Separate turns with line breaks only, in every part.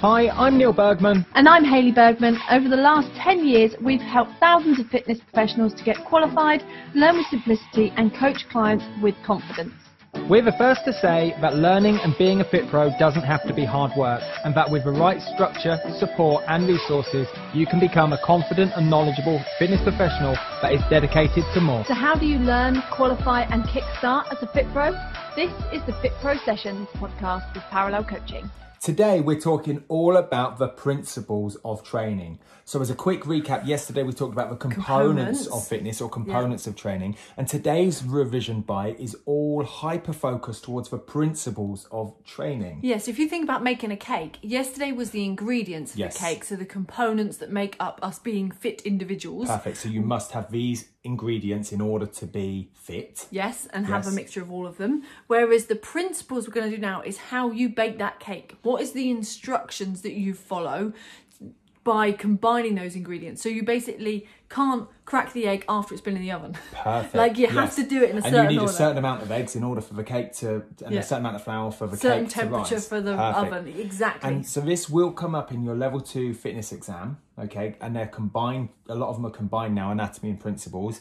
Hi, I'm Neil Bergman.
And I'm Hayley Bergman. Over the last 10 years, we've helped thousands of fitness professionals to get qualified, learn with simplicity, and coach clients with confidence.
We're the first to say that learning and being a fit pro doesn't have to be hard work and that with the right structure, support and resources, you can become a confident and knowledgeable fitness professional that is dedicated to more.
So, how do you learn, qualify, and kickstart as a Fit Pro? This is the Fit Pro Sessions podcast with Parallel Coaching.
Today, we're talking all about the principles of training. So, as a quick recap, yesterday we talked about the components,
Components.
of fitness or components of training, and today's revision bite is all hyper focused towards the principles of training.
Yes, if you think about making a cake, yesterday was the ingredients of
Yes.
the cake, so the components that make up us being fit individuals.
Perfect. So, you must have these ingredients in order to be fit.
Yes, and have
Yes.
a mixture of all of them. Whereas the principles we're going to do now is how you bake that cake. What is the instructions that you follow by combining those ingredients? So you basically can't crack the egg after it's been in the oven.
Perfect.
Like you have to do it in
and
a certain
you need
order.
a certain amount of eggs in order for the cake to, and
Yeah.
a certain amount of flour for the
Certain
cake to
temperature
rise.
for the
Perfect.
oven. Exactly.
And so this will come up in your level two fitness exam, okay? And they're combined, a lot of them are combined now, anatomy and principles.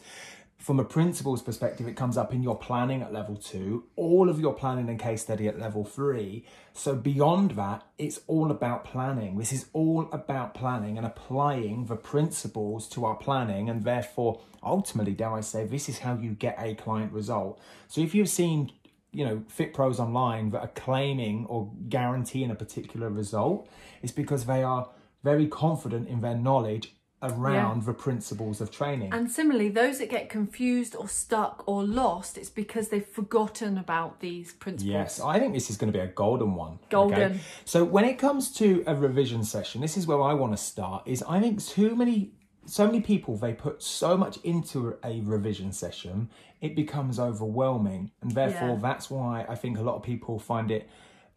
From a principles perspective, it comes up in your planning at level two, all of your planning and case study at level three. So beyond that, it's all about planning. This is all about planning and applying the principles to our planning, and therefore, ultimately, dare I say, this is how you get a client result. So if you've seen you know fit pros online that are claiming or guaranteeing a particular result it's because they are very confident in their knowledge around the principles of training
And similarly, those that get confused or stuck or lost, it's because they've forgotten about these principles.
Yes, I think this is going to be a golden one.
Golden.
So when it comes to a revision session, this is where I want to start. Is I think too many, so many people they put so much into a revision session, it becomes overwhelming, and therefore
Yeah.
that's why I think a lot of people find it.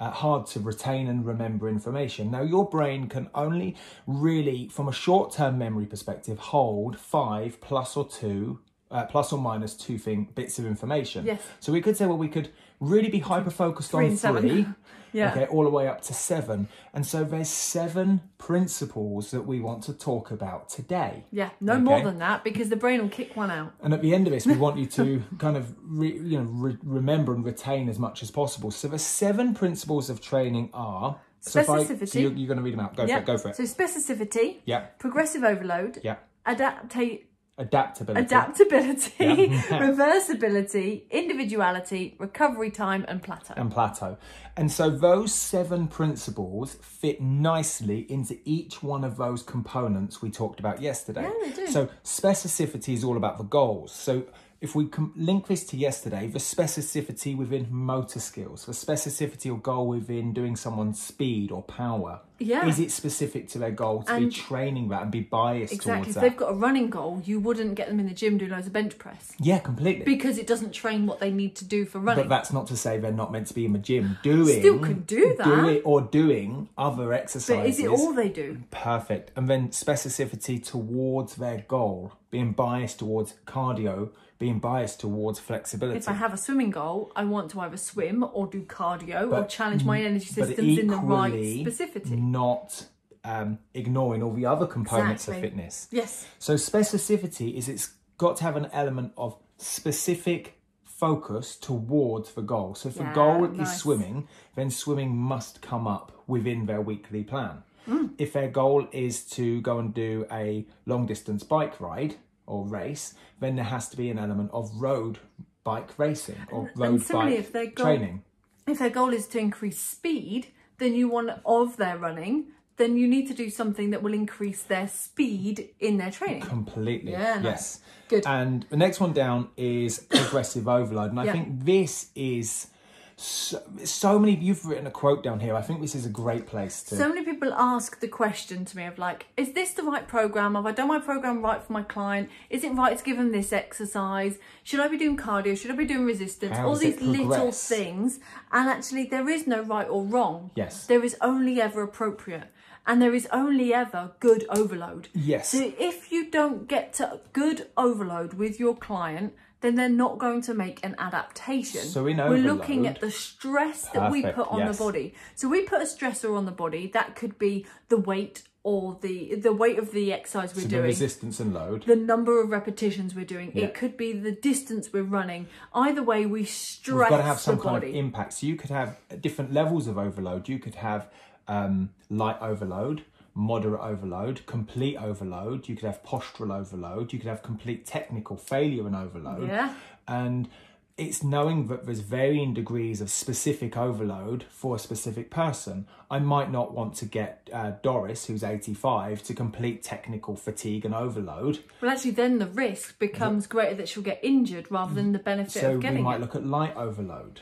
Uh, hard to retain and remember information. Now, your brain can only really, from a short term memory perspective, hold five plus or two, uh, plus or minus two thing, bits of information.
Yes.
So we could say, well, we could really be hyper focused
Three
on
and seven.
three,
Yeah.
okay, all the way up to seven. And so there's seven principles that we want to talk about today.
Yeah, no more
Okay.
than that because the brain will kick one out.
And at the end of this, we want you to kind of re, you know re, remember and retain as much as possible. So the seven principles of training are so if I- so
Specificity.
you're, going to read them out. Go for it. Go for it.
So specificity,
yeah.
progressive overload,
Yeah.
adapta-
Adaptability.
adaptability,
Yeah.
reversibility, individuality, recovery time, and plateau.
and plateau. And so those seven principles fit nicely into each one of those components we talked about yesterday.
Yeah, they do.
So specificity is all about the goals. So if we com- link this to yesterday, the specificity within motor skills, the specificity or goal within doing someone's speed or power.
Yeah.
Is it specific to their goal to be
And-
training that and be biased
Exactly.
towards
If
that?
they've got a running goal, you wouldn't get them in the gym doing loads of bench press
yeah, completely.
because it doesn't train what they need to do for
But
running.
that's not to say they're not meant to be in the gym doing.
Still can do that.
Doing or doing other exercises.
but is it all they do?
Perfect. And then specificity towards their goal, being biased towards cardio, being biased towards flexibility.
If I have a swimming goal, I want to either swim or do cardio or
But-
challenge my energy
but
systems in the right
equally
specificity.
Not um, ignoring all the other components of
Exactly.
fitness.
Yes.
So specificity is it's got to have an element of specific focus towards the goal. So if the
Yeah,
goal is
nice.
swimming, then swimming must come up within their weekly plan.
Hmm.
If their goal is to go and do a long distance bike ride or race, then there has to be an element of road bike racing or road
similarly,
bike
if their goal-
training.
If their goal is to increase speed, then you want of their running, then you need to do something that will increase their speed in their training.
Completely.
Yeah, nice.
Yes.
Good.
And the next one down is progressive overload. And I
Yeah.
think this is so, so many. You've written a quote down here. I think this is a great place to.
So many people ask the question to me of like, is this the right program? Have I done my program right for my client? Is it right to give them this exercise? Should I be doing cardio? Should I be doing resistance?
How
All
does it
these little
progress?
things. And actually, there is no right or wrong.
Yes.
There is only ever appropriate. And there is only ever good overload.
yes.
So if you don't get to good overload with your client, then they're not going to make an adaptation.
So in
We're looking
overload-
at the stress that we
Perfect,
put on
yes.
the body. So we put a stressor on the body that could be the weight or the the weight of the exercise we're
So the
doing
resistance and load.
the number of repetitions we're doing.
Yeah.
It could be the distance we're running. Either way, we stress
We've got to have some
the
kind
body.
of impact. So you could have different levels of overload. You could have um, light overload, moderate overload, complete overload. You could have postural overload. You could have complete technical failure and overload.
Yeah.
And it's knowing that there's varying degrees of specific overload for a specific person. I might not want to get uh, Doris, who's 85, to complete technical fatigue and overload.
well, actually, then the risk becomes greater that she'll get injured rather than the benefit
So
of
we
getting
might
it. Hmm.
look at light overload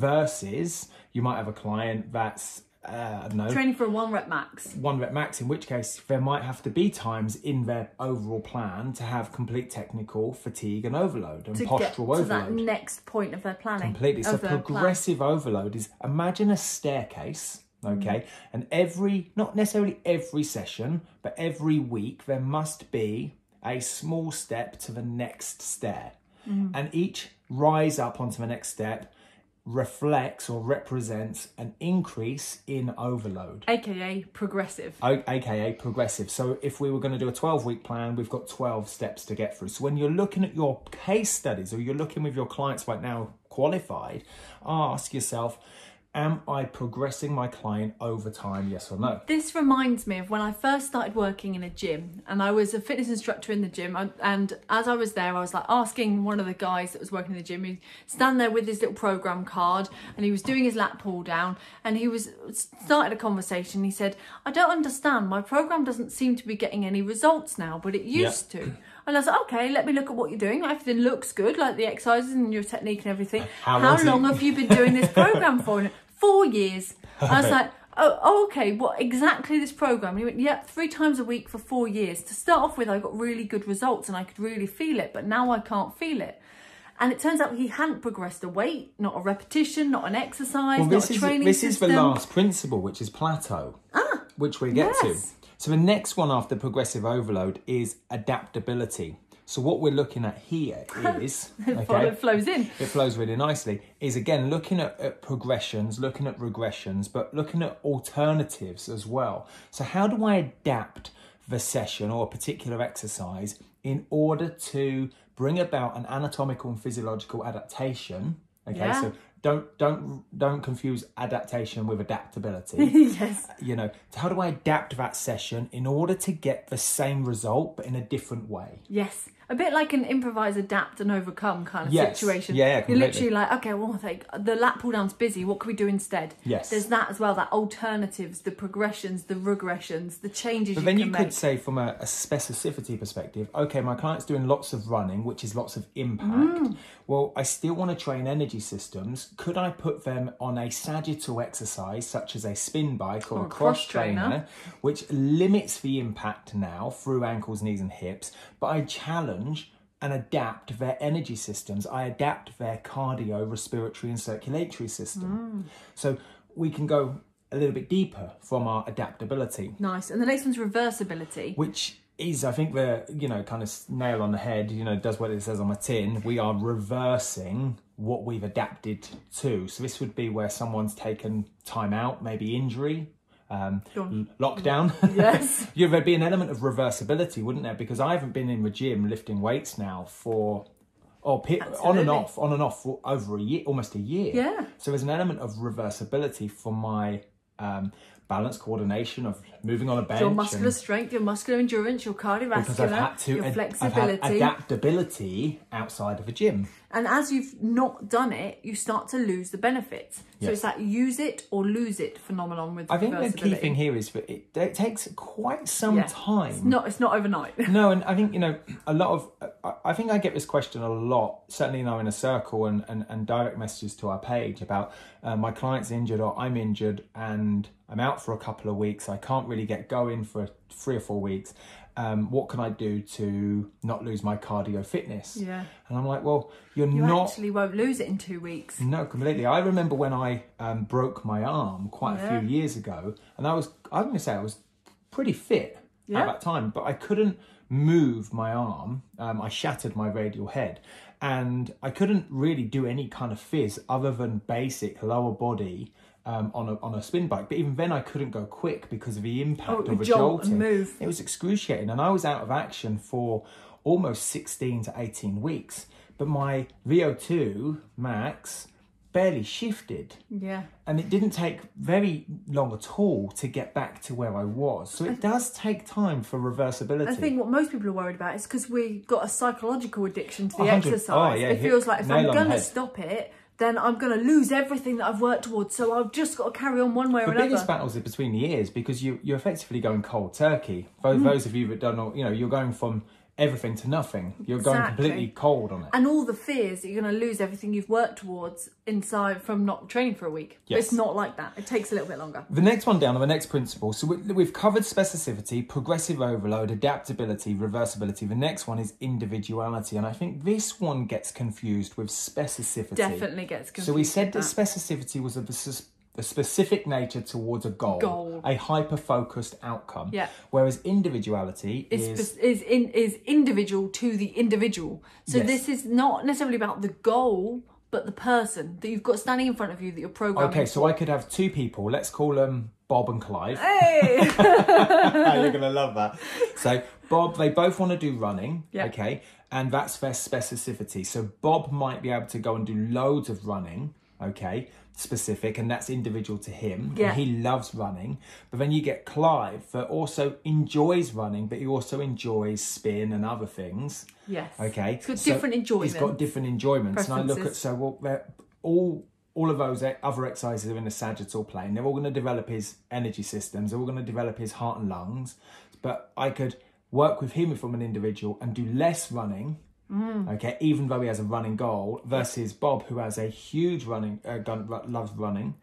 versus you might have a client that's uh, I don't know
Training for a one rep max.
one rep max. In which case, there might have to be times in their overall plan to have complete technical fatigue and overload and
To get
postural
to that
overload.
next point of their planning.
Completely. So
of their plan.
progressive overload is imagine a staircase, okay? And every, not necessarily every session, but every week, there must be a small step to the next stair. And each rise up onto the next step reflects or represents an increase in overload.
AKA progressive.
O- aka progressive. So if we were going to do a 12 week plan, we've got 12 steps to get through. So when you're looking at your case studies or you're looking with your clients right now qualified, ask yourself, am I progressing my client over time? Yes or no?
This reminds me of when I first started working in a gym, and I was a fitness instructor in the gym. And, and as I was there, I was like asking one of the guys that was working in the gym, he'd stand there with his little program card, and he was doing his lat pull down, and he was started a conversation. He said, "I don't understand. My program doesn't seem to be getting any results now, but it used to." And I was like, "Okay, let me look at what you're doing. Everything looks good, like the exercises and your technique and everything.
How
How
long's
long
it-
have you been doing this program for?" And, Four years. I was
Perfect.
like, oh, oh, okay, what exactly this program? And he went, yep, three times a week for four years. To start off with, I got really good results and I could really feel it, but now I can't feel it. And it turns out he hadn't progressed a weight, not a repetition, not an exercise,
Well,
not
this
a
is
training
this is the
system. Ah,
last principle, which is plateau, which we get
yes.
to. So the next one after progressive overload is adaptability. So what we're looking at here is
Before it flows in.
it flows really nicely is again looking at, at progressions looking at regressions but looking at alternatives as well so how do i adapt the session or a particular exercise in order to bring about an anatomical and physiological adaptation okay
Yeah.
so don't don't don't confuse adaptation with adaptability
yes.
you know how do i adapt that session in order to get the same result but in a different way
Yes. A bit like an improvise, adapt, and overcome kind of
Yes.
situation.
Yeah, yeah,
You're
completely.
literally like, okay, well, like, the lap pull down's busy. What can we do instead?
Yes.
There's that as well. That alternatives, the progressions, the regressions, the changes.
But then
you
you
can
could
make.
say, from a, a specificity perspective, okay, my client's doing lots of running, which is lots of impact. Well, I still want to train energy systems. Could I put them on a sagittal exercise, such as a spin bike or, a cross, trainer, which limits the impact now through ankles, knees, and hips? But I challenge and adapt their energy systems. I adapt their cardio, respiratory, and circulatory system. So we can go a little bit deeper from our adaptability
Nice. And the next one's reversibility.
which is I think the you know kind of s- nail on the head. You know, does what it says on my tin. We are reversing what we've adapted to. So this would be where someone's taken time out, maybe injury. Um, l- lockdown.
Yes.
yeah, there'd be an element of reversibility, wouldn't there? Because I haven't been in the gym lifting weights now for, oh, pe- on
Absolutely.
and off, on and off for over a year, almost a year.
Yeah.
So there's an element of reversibility for my um, balance coordination of moving on a bench.
your
and-
muscular strength, your muscular endurance, your
because I've had
cardiovascular,
to
your
ad- I've had
flexibility.
adaptability outside of a gym.
And as you've not done it, you start to lose the benefits. So
Yes.
it's that use it or lose it phenomenon with
I think the key
reversibility.
thing here is that it, it takes quite some
Yeah. It's
time.
not it's not overnight.
no, and I think you know a lot of. I- I think I get this question a lot, certainly now in a circle and, and, and direct messages to our page about uh, my client's injured or I'm injured and I'm out for a couple of weeks. I can't really get going for three or four weeks. Um, what can I do to not lose my cardio fitness?
Yeah.
and I'm like, well, you're
You
not
actually won't lose it in two weeks.
No, completely. I remember when I um, broke my arm quite a
Yeah.
few years ago, and I was, I'm going to say I was pretty fit
Yeah.
at that time, but I couldn't move my arm, um, I shattered my radial head. And I couldn't really do any kind of fizz other than basic lower body um, on, a, on a spin bike. But even then, I couldn't go quick because of the impact
would
of a
Oh, jolt
jolting.
and move.
It was excruciating. And I was out of action for almost 16 to 18 weeks. But my VO2 max barely shifted
Yeah.
and it didn't take very long at all to get back to where I was. So it does take time for reversibility.
I think what most people are worried about is because we've got a psychological addiction to the
A hundred-
exercise.
oh, yeah,
it
hit-
feels like if
nail
I'm
on the
going to
head.
stop it, then I'm going to lose everything that I've worked towards. So I've just got to carry on one way or
the
another.
biggest battles are between the ears because you you're effectively going cold turkey. For
Mm.
those of you that don't know, you know you're going from everything to nothing. You're going
Exactly.
completely cold on it.
and all the fears that you're going to lose everything you've worked towards inside from not training for a week. But
Yes.
It's not like that. It takes a little bit longer.
The next one down are the next principles. So we, we've covered specificity, progressive overload, adaptability, reversibility. The next one is individuality, and I think this one gets confused with specificity.
Definitely Ah. gets confused.
So we said
with
that
that.
specificity was of a, sus- a specific nature towards a goal,
Goal.
a hyper focused outcome.
Yeah.
Whereas individuality
is,
is
spec- is in is individual to the individual. So
Yes.
this is not necessarily about the goal, but the person that you've got standing in front of you that you're programming.
okay. So I could have two people. Let's call them Bob and Clive.
Hey!
You're gonna love that. So Bob, they both want to do running.
Yeah.
Okay. And that's their specificity. So Bob might be able to go and do loads of running. Okay. Specific, and that's individual to him.
Yeah.
And he loves running. But then you get Clive that also enjoys running, but he also enjoys spin and other things.
yes.
Okay.
It's got
So
different
He's got
enjoyment.
different enjoyments. And I look at
Preferences.
so well they're all all of those e- other exercises are in the sagittal plane. They're all going to develop his energy systems. They're all going to develop his heart and lungs. But I could work with him from an individual and do less running.
Mm.
Okay, even though he has a running goal versus Bob, who has a huge running, uh, gun, ru- loves running,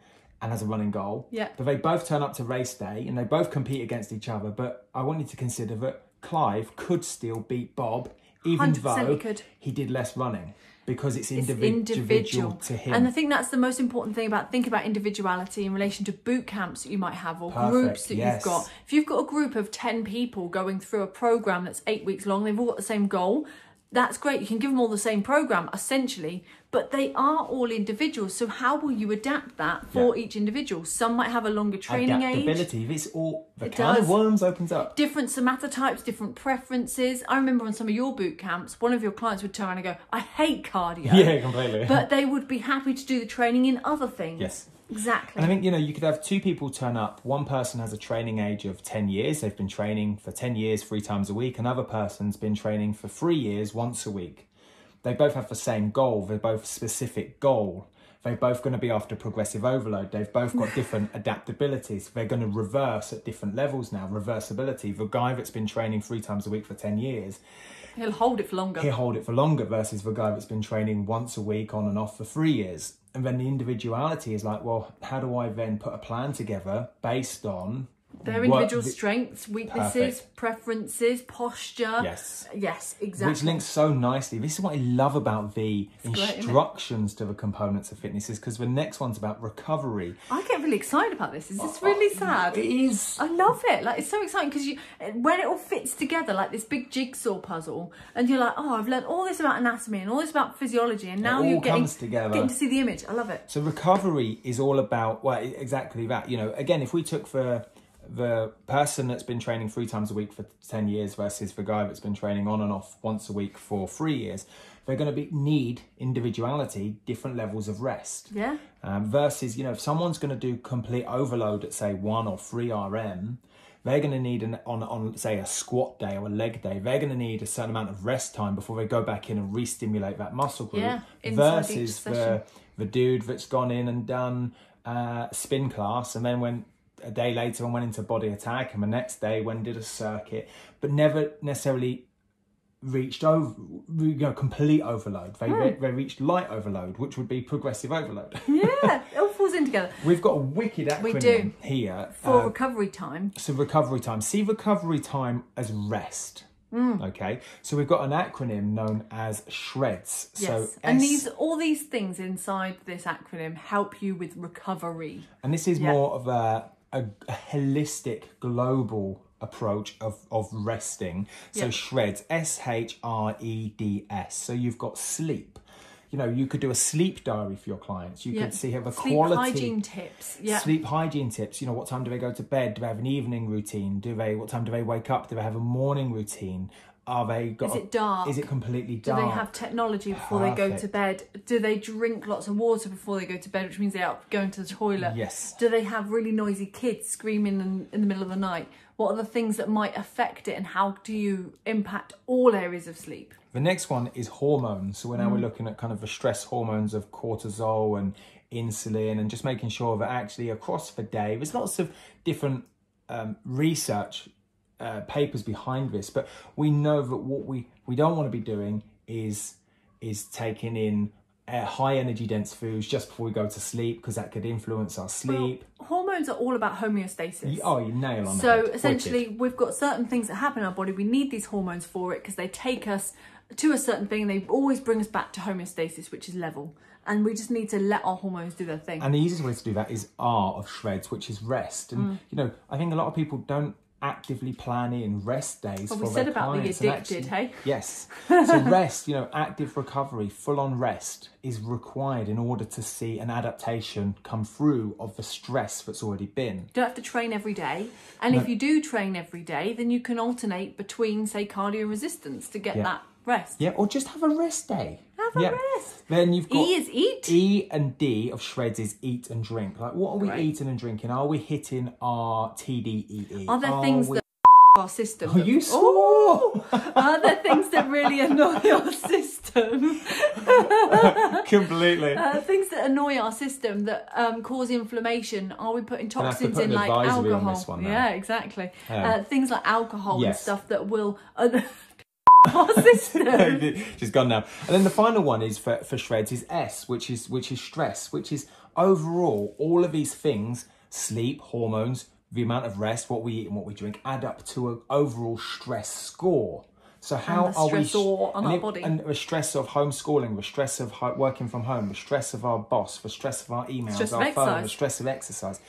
and has a running goal.
Yeah.
But they both turn up to race day and they both compete against each other. But I want you to consider that Clive could still beat Bob, even
100%
though
he could.
he did less running because it's,
It's
individ- individual to him.
And I think that's the most important thing about think about individuality in relation to boot camps that you might have or groups
Perfect,
that
yes.
you've got. If you've got a group of 10 people going through a program that's 8 weeks long, they've all got the same goal, that's great. You can give them all the same program essentially, but they are all individuals. So how will you adapt that for
Yeah.
each individual? Some might have a longer training age.
Adaptability. This all the can of
does.
worms opens up.
Different somatotypes, different preferences. I remember on some of your boot camps, one of your clients would turn around and go, I hate cardio.
Yeah, completely.
but they would be happy to do the training in other things.
Yes.
Exactly.
And I think, you know, you could have two people turn up. One person has a training age of 10 years. They've been training for 10 years, three times a week. Another person's been training for three years, once a week. They both have the same goal. They're both specific goal. They're both going to be after progressive overload. They've both got different adaptabilities. They're going to reverse at different levels now. Reversibility. The guy that's been training three times a week for 10 years,
He'll hold it for longer.
he'll hold it for longer versus the guy that's been training once a week on and off for three years. And then the individuality is like, well, how do I then put a plan together based on
Their
what
individual
the-
strengths, weaknesses,
Perfect.
preferences, posture.
Yes.
Yes,
Which
exactly.
links so nicely. This is what I love about the
great, isn't it?
instructions to the components of fitness is because the next one's about recovery.
I get really excited about this. Is this really sad?
Oh, It is.
I love it. Like it's so exciting because you, when it all fits together, like this big jigsaw puzzle, and you're like, oh, I've learned all this about anatomy and all this about physiology, and now
all
you're getting
comes together.
getting to see the image. I love it.
So recovery is all about well e- exactly that. You know, again, if we took the the person that's been training three times a week for ten years versus the guy that's been training on and off once a week for three years, they're going to be need individuality, different levels of rest.
Yeah.
Um, versus, you know, if someone's going to do complete overload at say one or three RM, they're going to need an on on say a squat day or a leg day. They're going to need a certain amount of rest time before they go back in and re-stimulate that muscle group.
Yeah, inside each
versus
session.
the the dude that's gone in and done uh, spin class and then went a day later and went into body attack and the next day went and did a circuit, but never necessarily reached over you know, complete overload.
Hmm.
They, re- they reached light overload, which would be progressive overload.
Yeah, it all falls in together.
We've got a wicked acronym
We do.
here.
For
uh,
recovery time,
so recovery time. See recovery time as rest.
Mm.
Okay. So we've got an acronym known as SHREDS. So
yes. and
S-
these all these things inside this acronym help you with recovery.
and this is
Yeah.
more of a, a, a holistic global approach of, of resting. So shreds, S H R E D S. So you've got sleep. You know, you could do a sleep diary for your clients. You
Yeah.
could see have a
Sleep
quality
hygiene tips. Yeah.
sleep hygiene tips. You know, what time do they go to bed? Do they have an evening routine? Do they what time do they wake up? Do they have a morning routine? Are they got
Is it dark?
Is it completely
Do
dark?
they have technology before they go to
Perfect.
bed? Do they drink lots of water before they go to bed, which means they're out going to the toilet?
Yes.
Do they have really noisy kids screaming in, in the middle of the night? What are the things that might affect it, and how do you impact all areas of sleep?
The next one is hormones. So we're
Mm.
now we're looking at kind of the stress hormones of cortisol and insulin, and just making sure that actually across the day, there's lots of different um, research uh, papers behind this, but we know that what we we don't want to be doing is is taking in uh, high energy dense foods just before we go to sleep because that could influence our sleep.
Hormones are all about homeostasis.
You- oh, you nail on the head.
So
Wicked.
essentially, we've got certain things that happen in our body. We need these hormones for it because they take us to a certain thing. and They always bring us back to homeostasis, which is level. And we just need to let our hormones do their thing.
And the easiest way to do that is R of shreds, which is rest. And
Mm.
you know, I think a lot of people don't actively plan in rest days.
Well, we
for their
said about the
clients, and
addicted,
actually-
hey?
Yes. So rest, you know, active recovery, full on rest is required in order to see an adaptation come through of the stress that's already been.
You don't have to train every day. And if you do train every day, then you can alternate between, say, cardio and resistance to get
Yeah.
that rest.
Yeah, or just have a rest day.
Have a
Yeah.
rest.
Then you've got
E is eat.
E and D of shreds is eat and drink. Like, what are we
Right.
eating and drinking? Are we hitting our TDEE?
Are there things
E Oh, we-
that our system?
Oh, you swore!
Are there things that really annoy our system?
Completely.
Uh, things that annoy our system that um, cause inflammation. Are we putting
have to
toxins
put
in
an
like
advisory on
alcohol?
this one now.
yeah, exactly.
Yeah.
Uh, things like alcohol and
Yes.
stuff that will uh, our system.
She's gone now. And then the final one is for, for shreds is S, which is which is stress, which is overall all of these things: sleep, hormones, the amount of rest, what we eat and what we drink, add up to an overall stress score. So how
And the
are we?
stressor on
and
our
it-
body.
and the stress of homeschooling, the stress of ho- working from home, the stress of our boss, the stress of our emails,
Stress of
our phone, the
exercise.
stress of exercise.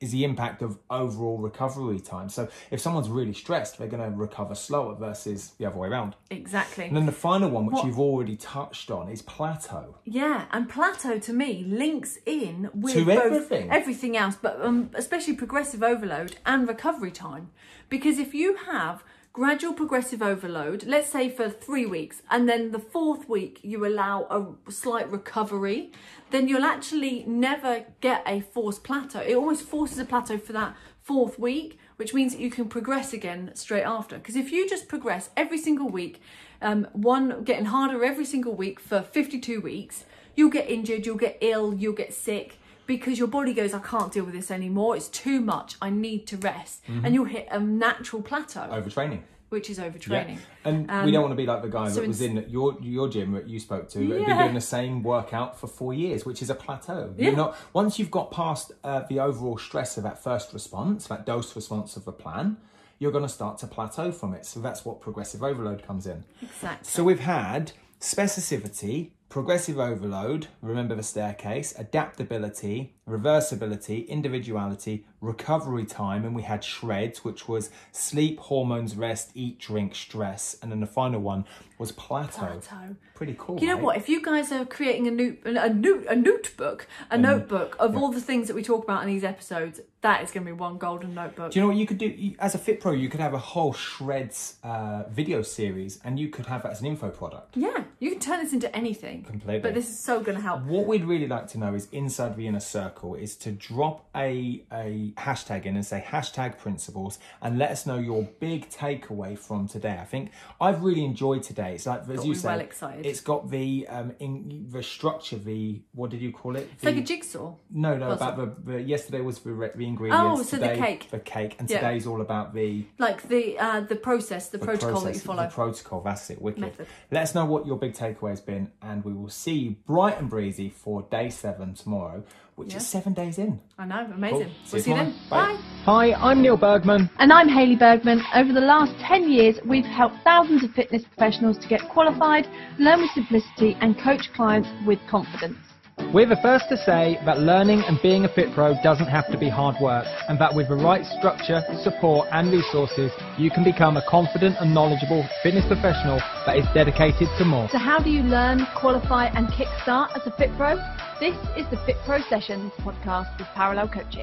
Is the impact of overall recovery time. So, if someone's really stressed, they're going to recover slower versus the other way around.
exactly.
And then the final one, which
What-
you've already touched on, is plateau.
Yeah, and plateau to me links in with
To
both
everything.
everything else, but um, especially progressive overload and recovery time. Because if you have gradual progressive overload, let's say for three weeks, and then the fourth week you allow a slight recovery, then you'll actually never get a forced plateau. It almost forces a plateau for that fourth week, which means that you can progress again straight after. Because if you just progress every single week, um, one getting harder every single week for 52 weeks, you'll get injured, you'll get ill, you'll get sick because your body goes, I can't deal with this anymore, it's too much, I need to rest.
Mm-hmm.
And you'll hit a natural plateau,
Overtraining.
which is overtraining.
And we don't want to be like the guy
Um, so
that was in your your gym that you spoke to that had been
Yeah.
doing the same workout for four years, which is a plateau. You're
Yeah.
not once you've got past uh, the overall stress of that first response, that dose response of the plan, you're going to start to plateau from it. So that's what progressive overload comes in.
Exactly.
So we've had specificity, progressive overload, remember the staircase, adaptability, reversibility, individuality, recovery time, and we had shreds, which was sleep, hormones, rest, eat, drink, stress, and then the final one was plateau.
plateau.
Pretty cool.
You know
right?
what? If you guys are creating a new, a new, a notebook, a notebook of all the things that we talk about in these episodes, that is going to be one golden notebook.
Do you know what you could do you- as a Fit Pro? You could have a whole shreds uh, video series, and you could have that as an info product.
yeah, you can turn this into anything.
Completely.
But this is so going to help.
What we'd really like to know is inside the inner circle is to drop a, a hashtag in and say hashtag principles and let us know your big takeaway from today. I think I've really enjoyed today. It's like as
Got
you
me
say,
well excited.
it's got the um in, the structure, the what did you call it?
It's like a jigsaw.
no, no,
puzzle.
about the, the yesterday was the, re- the ingredients.
Oh, so the
today,
cake.
The cake, and
Yeah.
today's all about the
like the uh, the process, the, protocol that you
process,
follow.
The protocol, that's it, wicked.
Method.
Let us know what your big takeaway has been, and we will see you bright and breezy for day seven tomorrow, which
Yeah.
is seven days in.
I know,
Cool.
amazing. we'll see you
tomorrow.
then. Bye.
Hi, I'm Neil Bergman.
And I'm Hayley Bergman. Over the last 10 years, we've helped thousands of fitness professionals to get qualified, learn with simplicity, and coach clients with confidence.
We're the first to say that learning and being a Fit Pro doesn't have to be hard work and that with the right structure, support and resources, you can become a confident and knowledgeable fitness professional that is dedicated to more.
So, how do you learn, qualify, and kickstart as a Fit Pro? This is the Fit Pro Sessions podcast with Parallel Coaching.